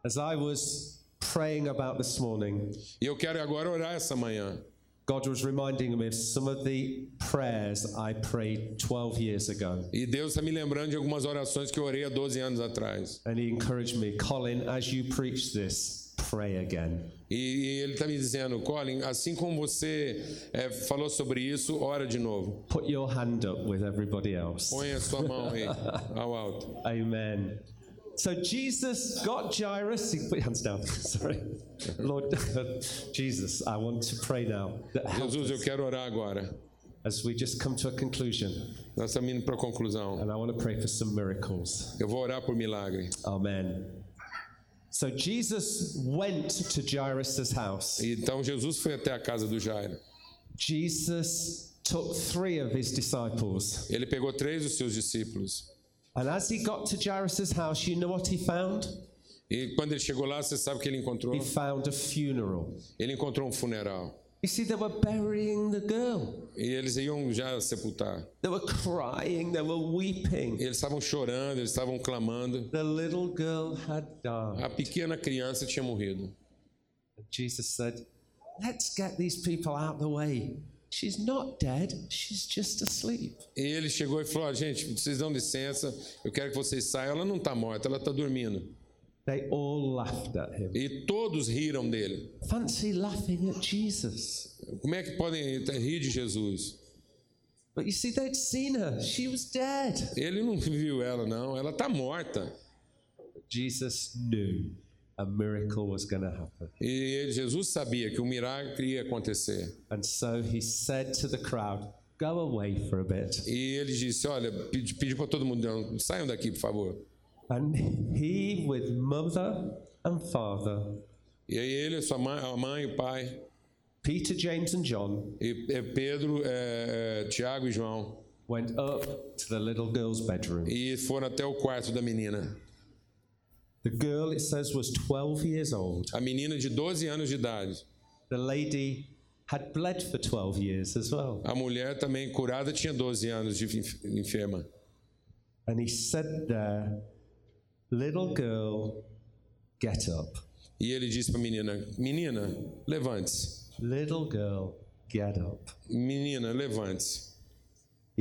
C: As I was praying about this morning,
A: E eu quero agora orar essa manhã.
C: God was reminding me of some of the prayers I prayed 12 years ago.
A: E Deus está me lembrando de algumas orações que eu orei há 12 anos atrás.
C: And he encouraged me, Colin, as you preach this, pray again.
A: E, e Ele está me dizendo, Colin, assim como você é, falou sobre isso, ora de novo.
C: Put your hand up with everybody else.
A: Põe a sua mão aí, ao alto.
C: Amen. So Jesus got Jairus. Put your hands down. Sorry. Lord Jesus, I want to pray now. that help
A: Jesus, eu quero orar agora.
C: As we just come to a conclusion,
A: Nós estamos indo para a conclusão.
C: and I want to pray for some miracles.
A: Eu vou orar por milagre.
C: Amen. So Jesus went to Jairus' house.
A: Então Jesus foi até a casa do Jairo.
C: Jesus took three of his disciples.
A: Ele pegou três dos seus discípulos.
C: And as he got to Jairus' house, you know what he found?
A: E quando ele chegou lá, você sabe o que ele encontrou?
C: He found a funeral.
A: Ele encontrou um funeral.
C: You see, they were burying the girl.
A: E eles iam já sepultar.
C: They were crying, they were weeping.
A: Eles estavam chorando, eles estavam clamando.
C: The little girl had died.
A: A pequena criança tinha morrido.
C: And Jesus said, Let's get these people out of the way. She's not dead, she's just asleep.
A: E ele chegou e falou: "Ó, gente, vocês dão licença, eu quero que vocês saiam. Ela não está morta, ela está dormindo.
C: They all laughed at him.
A: E todos riram dele.
C: Fancy laughing at Jesus.
A: Como é que podem rir de Jesus?
C: But you see, they'd seen her. She was dead.
A: Ele não viu ela, não. Ela está morta.
C: Jesus knew a miracle was going to happen.
A: E ele- Jesus sabia que o milagre ia acontecer.
C: And so he said to the crowd, Go away for a bit.
A: E ele disse: Olha, pedi- pediu para todo mundo, "Não, saiam daqui, por favor.
C: And he, with mother and father,
A: E aí ele, a sua mãe, a mãe, o pai,
C: Peter, James, and John,
A: e, é, Pedro, é, é, Tiago e João,
C: went up to the little girl's bedroom.
A: e foram até o quarto da menina.
C: The girl, it says, was 12 years old.
A: A menina de 12 anos de idade.
C: The lady had bled for 12 years as well.
A: A mulher também curada tinha 12 anos de inf- enferma.
C: And he said there, Little girl, get up.
A: E ele disse para a menina: Menina, levante-se.
C: Little girl, get up.
A: Menina, levante-se.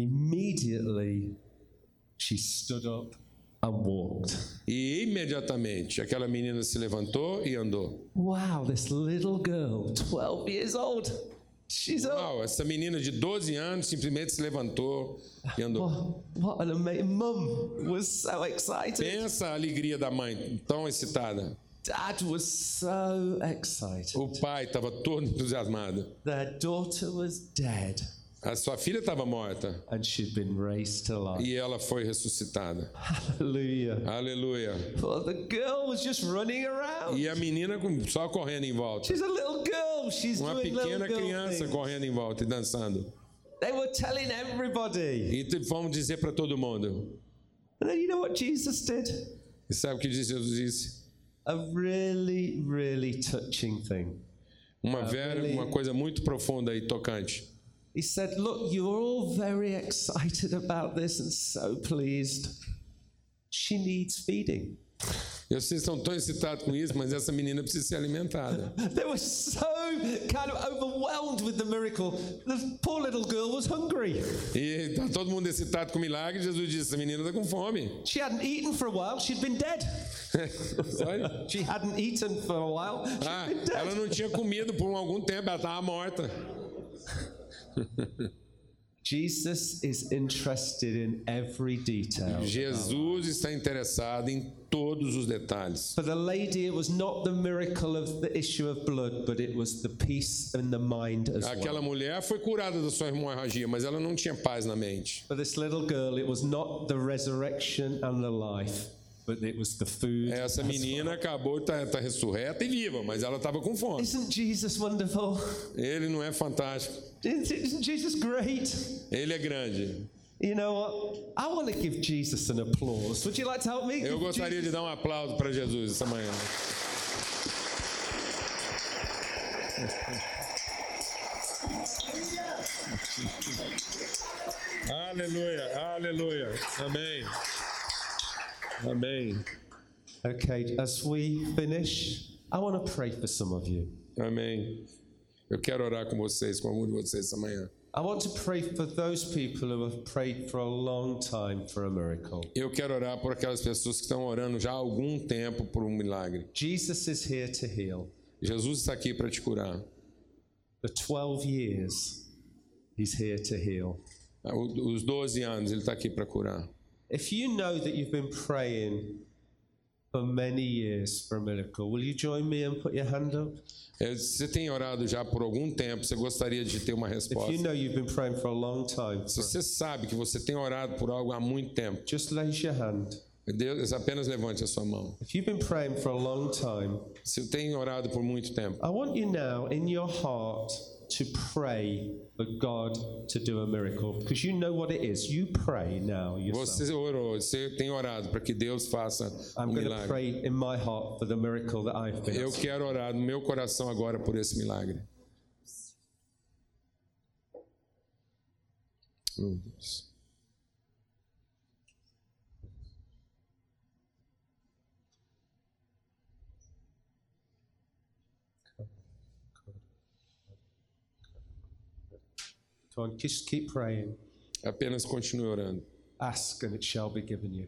C: Immediately, she stood up and walked.
A: E imediatamente aquela menina se levantou e andou.
C: Wow, this little girl, 12 years old, she's up.
A: Uau, essa menina de 12 anos simplesmente se levantou e andou.
C: What, what an amazing mum was so excited.
A: Pensa a alegria da mãe, tão excitada.
C: Dad was so excited.
A: O pai estava todo entusiasmado.
C: Their daughter was dead
A: A sua filha estava morta
C: and she'd been raised to life.
A: e ela foi ressuscitada.
C: Hallelujah.
A: Aleluia.
C: Well, the girl was just running around.
A: E a menina com- só correndo em volta.
C: She's a little girl. She's
A: Uma
C: doing little
A: pequena
C: girl
A: criança
C: things.
A: correndo em volta e dançando.
C: They were telling everybody.
A: E te- vamos dizer para todo mundo.
C: And then you know what Jesus did?
A: E sabe o que Jesus disse?
C: A really, really touching thing.
A: Uma vera,
C: really?
A: uma coisa muito profunda e tocante.
C: He said, Look, you're all very excited about this and so pleased. She needs feeding.
A: Eu sei que estão tão excitados com isso, mas essa menina precisa ser alimentada.
C: They were so kind of overwhelmed with the miracle. The poor little girl was hungry.
A: E tá todo mundo excitado com o milagre. Jesus disse: essa menina está com fome.
C: She hadn't eaten for a while, she'd been dead.
A: Sabe?
C: She hadn't eaten for a while, she'd
A: Ah,
C: been dead.
A: ela não tinha comido por algum tempo, ela estava morta.
C: Jesus is interested in every detail.
A: Jesus está interessado em todos os detalhes.
C: For the lady, it was not the miracle of the issue of blood, but it was the peace in the mind as well.
A: Aquela mulher foi curada da sua hemorragia, mas ela não tinha paz na mente.
C: For this little girl, it was not the resurrection and the life, but it was the food.
A: Essa
C: as
A: menina acabou, tá, tá ressurreta e viva, mas ela estava com
C: well.
A: fome.
C: Isn't Jesus wonderful?
A: Ele não é fantástico,
C: Isn't isn't Jesus great?
A: ele é grande.
C: You know what? I want to give Jesus an applause. Would you like to help me?
A: Eu
C: Give
A: gostaria de dar um aplauso para Jesus essa manhã. Aleluia, aleluia. Amém. Amém.
C: Jesus- Okay, as we finish, I want to pray for some of you.
A: Amém. Eu quero orar com vocês, com algum de vocês essa manhã.
C: I want to pray for those people who have prayed for a long time for a miracle.
A: Eu quero orar por aquelas pessoas que estão orando já há algum tempo por um milagre.
C: Jesus is here to heal.
A: Jesus está aqui para te curar.
C: For 12 years, he's here to heal.
A: O- Os 12 anos ele está aqui para curar.
C: If you know that you've been praying for many years for a miracle, will you join me and put your hand up?
A: É, se Você tem orado já por algum tempo, você gostaria de ter uma
C: If you
A: resposta.
C: know you've been praying for a long time,
A: Se você sabe que você tem orado por algo há muito tempo,
C: just raise your hand.
A: Deus, apenas levante a sua mão.
C: If you've been praying for a long time,
A: Se você tem orado por muito tempo,
C: I want you now in your heart to pray for God to do a miracle because you know what it is. You pray now yourself.
A: você orou, você tem orado para que Deus faça
C: I'm
A: um
C: going to
A: milagre.
C: pray in my heart for the miracle that I've been.
A: Eu quero orar no meu coração agora por esse milagre. Meu Deus.
C: Go on, just keep praying.
A: Apenas continue orando.
C: Ask and it shall be given you.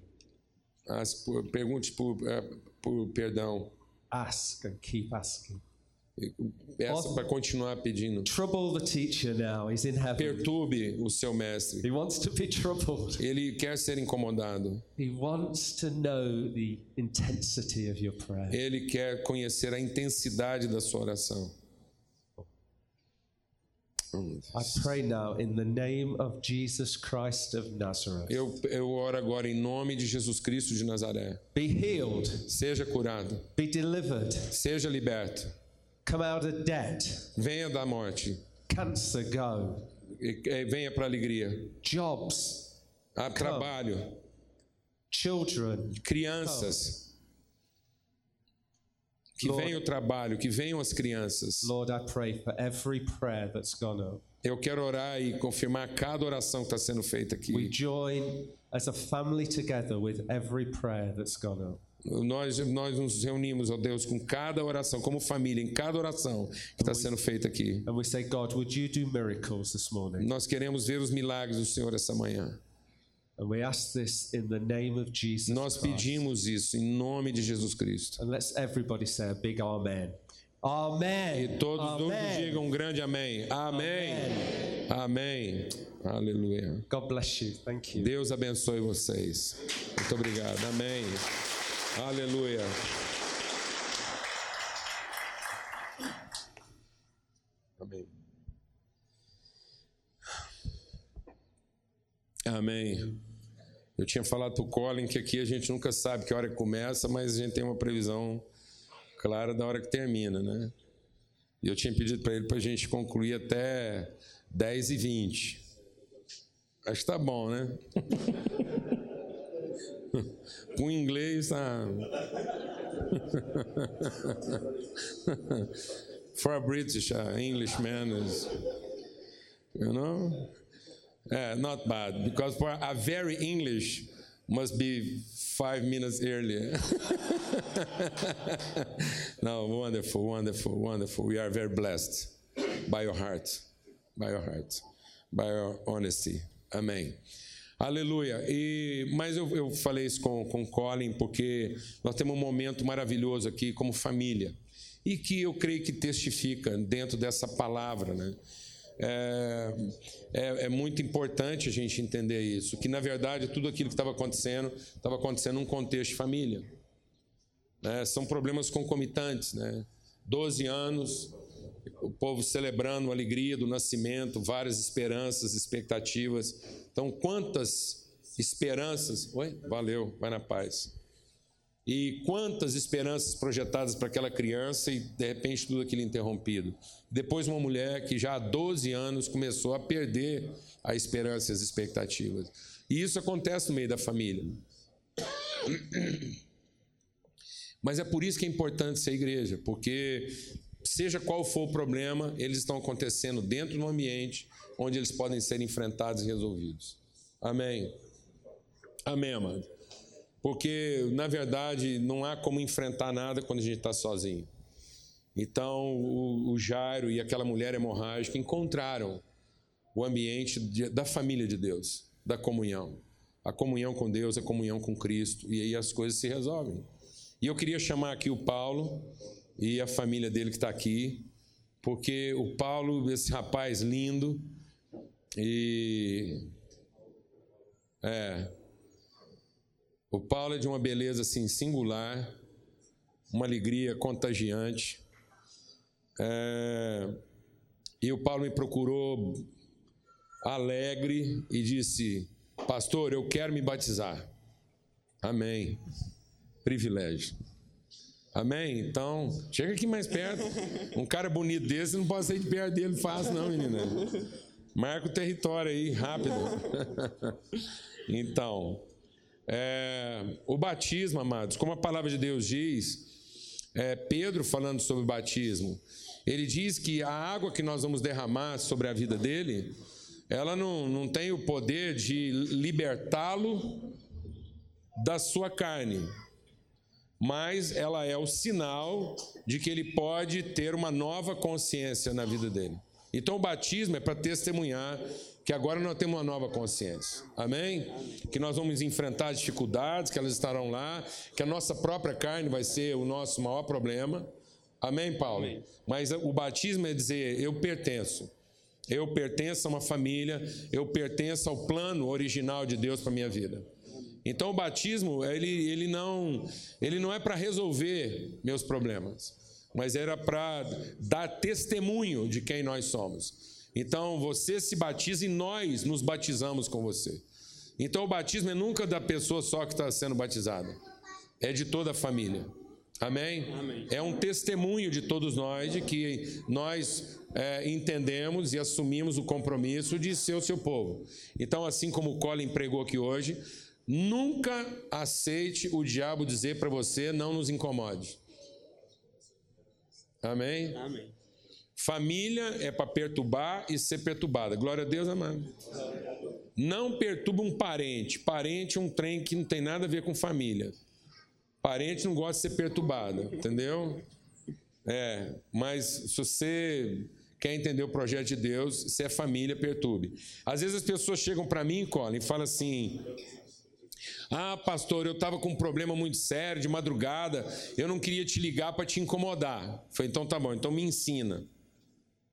A: As- por- Pergunte por, eh, por perdão.
C: Ask and keep asking.
A: E Peça
C: Posso?
A: para continuar pedindo.
C: Trouble the teacher now. He's in heaven.
A: Perturbe o seu mestre.
C: He wants to be troubled.
A: Ele quer ser incomodado.
C: He wants to know the intensity of your prayer.
A: Ele quer conhecer a intensidade da sua oração.
C: I pray now in the name of Jesus Christ of Nazareth.
A: Eu, eu oro agora em nome de Jesus Cristo de Nazaré.
C: Be healed,
A: Seja curado,
C: be delivered,
A: seja liberto,
C: come out of debt,
A: venha da morte,
C: cancer go,
A: e- e venha para a alegria.
C: jobs,
A: Há trabalho,
C: children,
A: crianças, que venha o trabalho, que venham as crianças.
C: Lord, I pray for every prayer that's gone up.
A: Eu quero orar e confirmar cada oração que está sendo feita
C: We
A: aqui.
C: join as a family together with every prayer that's gone up.
A: Nós, nós nos reunimos, ó Deus, com cada oração, como família, em cada oração que está sendo feita aqui.
C: And we say, God, would you do miracles this morning?
A: Nós queremos ver os milagres do Senhor essa manhã.
C: And we ask this in the name of Jesus.
A: Nós
C: Christ.
A: pedimos isso em nome de Jesus Cristo.
C: And let's everybody say a big amen. Amen.
A: E todos juntos
C: amen.
A: digam um grande amém. Amém. Amém. Aleluia.
C: God bless you. Thank you.
A: Deus abençoe vocês. Muito obrigado. Amém. Aleluia. Amém. Amém. Eu tinha falado para o Colin que aqui a gente nunca sabe que hora que começa, mas a gente tem uma previsão clara da hora que termina, né? E eu tinha pedido para ele para a gente concluir até 10h20. Acho que tá bom, né? Com inglês, tá. For a British uh, Englishman is, you know, yeah, not bad because for a very English must be five minutes earlier. no, wonderful, wonderful, wonderful. We are very blessed by your heart, by your heart, by your honesty. Amém. Aleluia. E, mas eu, eu falei isso com, com o Colin porque nós temos um momento maravilhoso aqui como família e que eu creio que testifica dentro dessa palavra, né? É, é- é muito importante a gente entender isso, que na verdade tudo aquilo que estava acontecendo estava acontecendo num contexto de família né? São problemas concomitantes, né? 12 anos, o povo celebrando a alegria do nascimento, várias esperanças, expectativas. Então, quantas esperanças. Oi? Valeu, vai na paz. E quantas esperanças projetadas para aquela criança e de repente tudo aquilo interrompido. Depois, uma mulher que já há 12 anos começou a perder a esperança e as expectativas. E isso acontece no meio da família. Mas é por isso que é importante ser igreja, porque seja qual for o problema, eles estão acontecendo dentro de um ambiente onde eles podem ser enfrentados e resolvidos. Amém. Amém, amado. Porque, na verdade, não há como enfrentar nada quando a gente está sozinho. Então, o, o Jairo e aquela mulher hemorrágica encontraram o ambiente de- da família de Deus, da comunhão. A comunhão com Deus, a comunhão com Cristo, e aí as coisas se resolvem. E eu queria chamar aqui o Paulo e a família dele que está aqui, porque o Paulo, esse rapaz lindo, e. É. O Paulo é de uma beleza assim singular, uma alegria contagiante. É, e o Paulo me procurou alegre e disse: Pastor, eu quero me batizar. Amém. Privilégio. Amém? Então, chega aqui mais perto. Um cara bonito desse não pode sair de perto dele fácil, não, menina. Marca o território aí, rápido. Então, é, o batismo, amados, como a palavra de Deus diz, é, Pedro falando sobre o batismo, ele diz que a água que nós vamos derramar sobre a vida dele, ela não, não tem o poder de libertá-lo da sua carne, mas ela é o sinal de que ele pode ter uma nova consciência na vida dele. Então o batismo é para testemunhar que agora nós temos uma nova consciência. Amém? Que nós vamos enfrentar as dificuldades, que elas estarão lá, que a nossa própria carne vai ser o nosso maior problema. Amém, Paulo? Mas o batismo é dizer, eu pertenço. Eu pertenço a uma família, eu pertenço ao plano original de Deus para minha vida. Então o batismo, ele, ele não, ele não é para resolver meus problemas, mas era para dar testemunho de quem nós somos. Então você se batiza e nós nos batizamos com você. Então o batismo é nunca da pessoa só que está sendo batizada, é de toda a família. Amém? É um testemunho de todos nós de que nós é, entendemos e assumimos o compromisso de ser o seu povo. Então, assim como o Colin pregou aqui hoje, nunca aceite o diabo dizer para você não nos incomode. Amém?
D: Amém.
A: Família é para perturbar e ser perturbada. Glória a Deus, amado. Não perturba um parente. Parente é um trem que não tem nada a ver com família. Parente não gosta de ser perturbado, entendeu? É, mas se você quer entender o projeto de Deus, se é família, perturbe. Às vezes as pessoas chegam para mim, Colin, e falam assim: ah, pastor, eu estava com um problema muito sério de madrugada, eu não queria te ligar para te incomodar. Falei, então tá bom, então me ensina.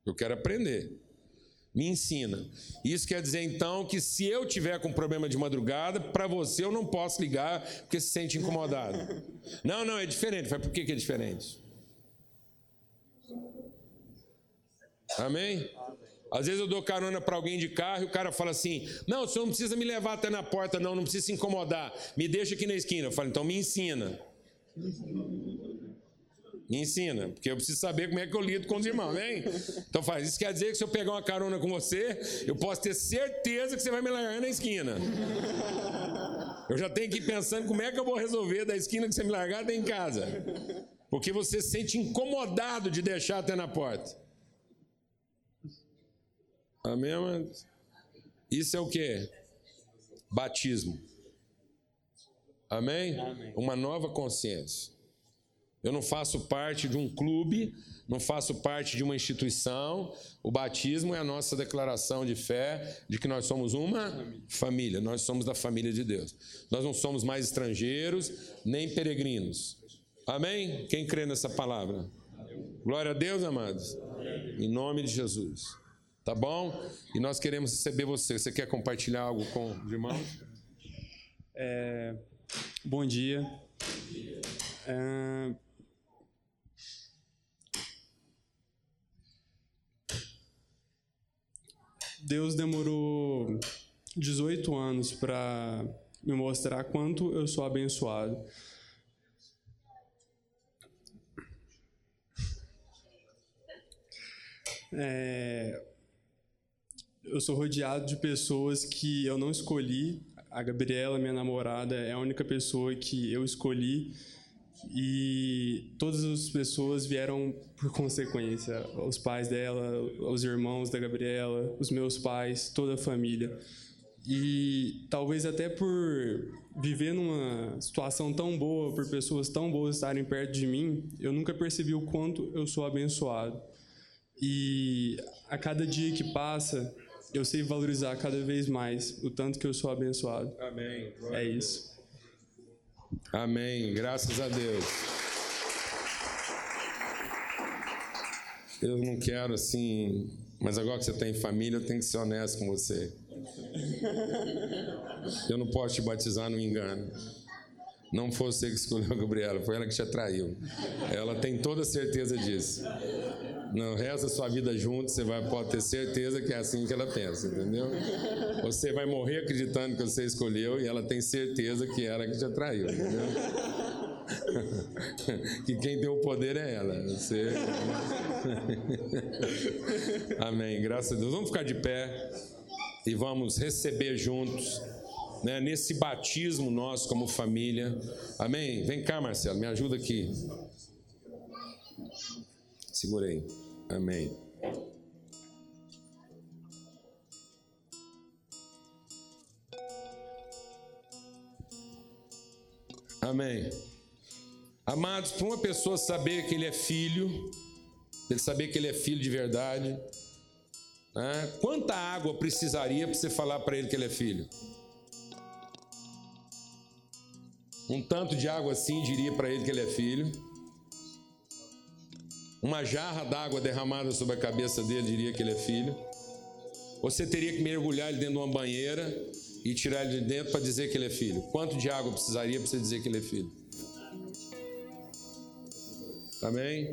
A: Eu quero aprender. Me ensina. Isso quer dizer então que se eu tiver com problema de madrugada, para você eu não posso ligar porque se sente incomodado. Não, não, é diferente. Falei, por que, que é diferente? Amém? Às vezes eu dou carona para alguém de carro e o cara fala assim: Não, o senhor não precisa me levar até na porta, não, não precisa se incomodar, me deixa aqui na esquina. Eu falo: Então me ensina. Me ensina, porque eu preciso saber como é que eu lido com os irmãos, vem? Então faz. Isso quer dizer que se eu pegar uma carona com você, eu posso ter certeza que você vai me largar na esquina. Eu já tenho que ir pensando como é que eu vou resolver da esquina que você me largar até em casa. Porque você se sente incomodado de deixar até na porta. Amém, amados? Isso é o que? Batismo. Amém? Uma nova consciência. Eu não faço parte de um clube, não faço parte de uma instituição. O batismo é a nossa declaração de fé de que nós somos uma família, nós somos da família de Deus. Nós não somos mais estrangeiros nem peregrinos. Amém? Quem crê nessa palavra? Glória a Deus, amados. Em nome de Jesus. Tá bom? E nós queremos receber você. Você quer compartilhar algo com os irmãos?
D: É, bom dia. É, Deus demorou 18 anos para me mostrar quanto eu sou abençoado. É, eu sou rodeado de pessoas que eu não escolhi. A Gabriela, minha namorada, é a única pessoa que eu escolhi. E todas as pessoas vieram por consequência. Os pais dela, os irmãos da Gabriela, os meus pais, toda a família. E talvez até por viver numa situação tão boa, por pessoas tão boas estarem perto de mim, eu nunca percebi o quanto eu sou abençoado. E a cada dia que passa, eu sei valorizar cada vez mais o tanto que eu sou abençoado.
A: Amém.
D: É isso.
A: Amém. Graças a Deus. Eu não quero assim, mas agora que você tem família, eu tenho que ser honesto com você. Eu não posso te batizar no engano. Não foi você que escolheu a Gabriela, foi ela que te atraiu. Ela tem toda certeza disso. Não resta a sua vida junto, você vai, pode ter certeza que é assim que ela pensa, entendeu? Você vai morrer acreditando que você escolheu e ela tem certeza que era que te atraiu, entendeu? que quem tem o poder é ela. Você... Amém. Graças a Deus. Vamos ficar de pé e vamos receber juntos. Né, nesse batismo nosso como família, amém? Vem cá, Marcelo, me ajuda aqui. Segurei. Amém. Amém. Amados, para uma pessoa saber que ele é filho, ele saber que ele é filho de verdade, né? quanta água precisaria para você falar para ele que ele é filho? Um tanto de água assim diria para ele que ele é filho. Uma jarra d'água derramada sobre a cabeça dele diria que ele é filho. Você teria que mergulhar ele dentro de uma banheira e tirar ele de dentro para dizer que ele é filho. Quanto de água precisaria para você dizer que ele é filho? Amém?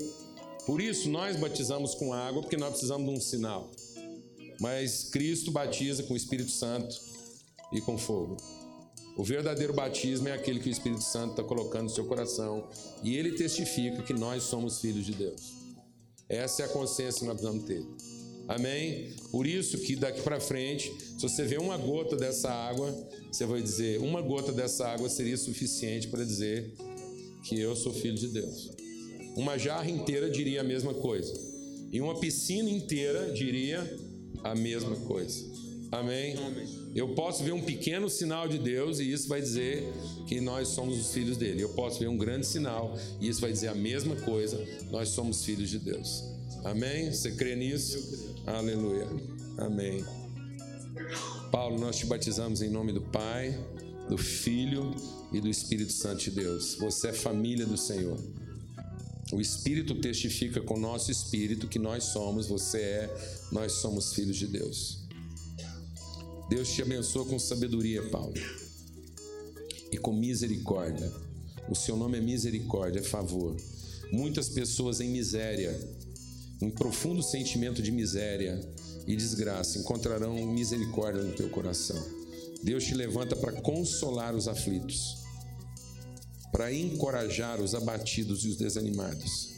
A: Por isso nós batizamos com água, porque nós precisamos de um sinal. Mas Cristo batiza com o Espírito Santo e com fogo. O verdadeiro batismo é aquele que o Espírito Santo está colocando no seu coração e ele testifica que nós somos filhos de Deus. Essa é a consciência que nós precisamos ter. Amém? Por isso que daqui para frente, se você vê uma gota dessa água, você vai dizer: uma gota dessa água seria suficiente para dizer que eu sou filho de Deus. Uma jarra inteira diria a mesma coisa. E uma piscina inteira diria a mesma coisa. Amém? Eu posso ver um pequeno sinal de Deus e isso vai dizer que nós somos os filhos dele. Eu posso ver um grande sinal e isso vai dizer a mesma coisa. Nós somos filhos de Deus. Amém? Você crê nisso? Aleluia. Amém. Paulo, nós te batizamos em nome do Pai, do Filho e do Espírito Santo de Deus. Você é família do Senhor. O Espírito testifica com o nosso espírito que nós somos, você é, nós somos filhos de Deus. Deus te abençoa com sabedoria, Paulo, e com misericórdia. O seu nome é misericórdia, é favor. Muitas pessoas em miséria, em profundo sentimento de miséria e desgraça, encontrarão misericórdia no teu coração. Deus te levanta para consolar os aflitos, para encorajar os abatidos e os desanimados.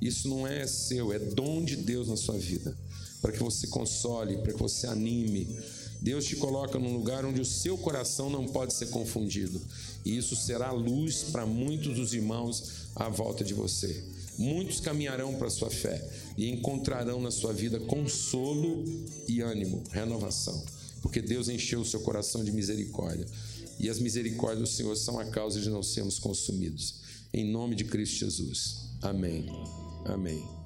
A: Isso não é seu, é dom de Deus na sua vida, para que você console, para que você anime. Deus te coloca num lugar onde o seu coração não pode ser confundido, e isso será luz para muitos dos irmãos à volta de você. Muitos caminharão para a sua fé e encontrarão na sua vida consolo e ânimo, renovação, porque Deus encheu o seu coração de misericórdia. E as misericórdias do Senhor são a causa de não sermos consumidos. Em nome de Cristo Jesus. Amém. Amém.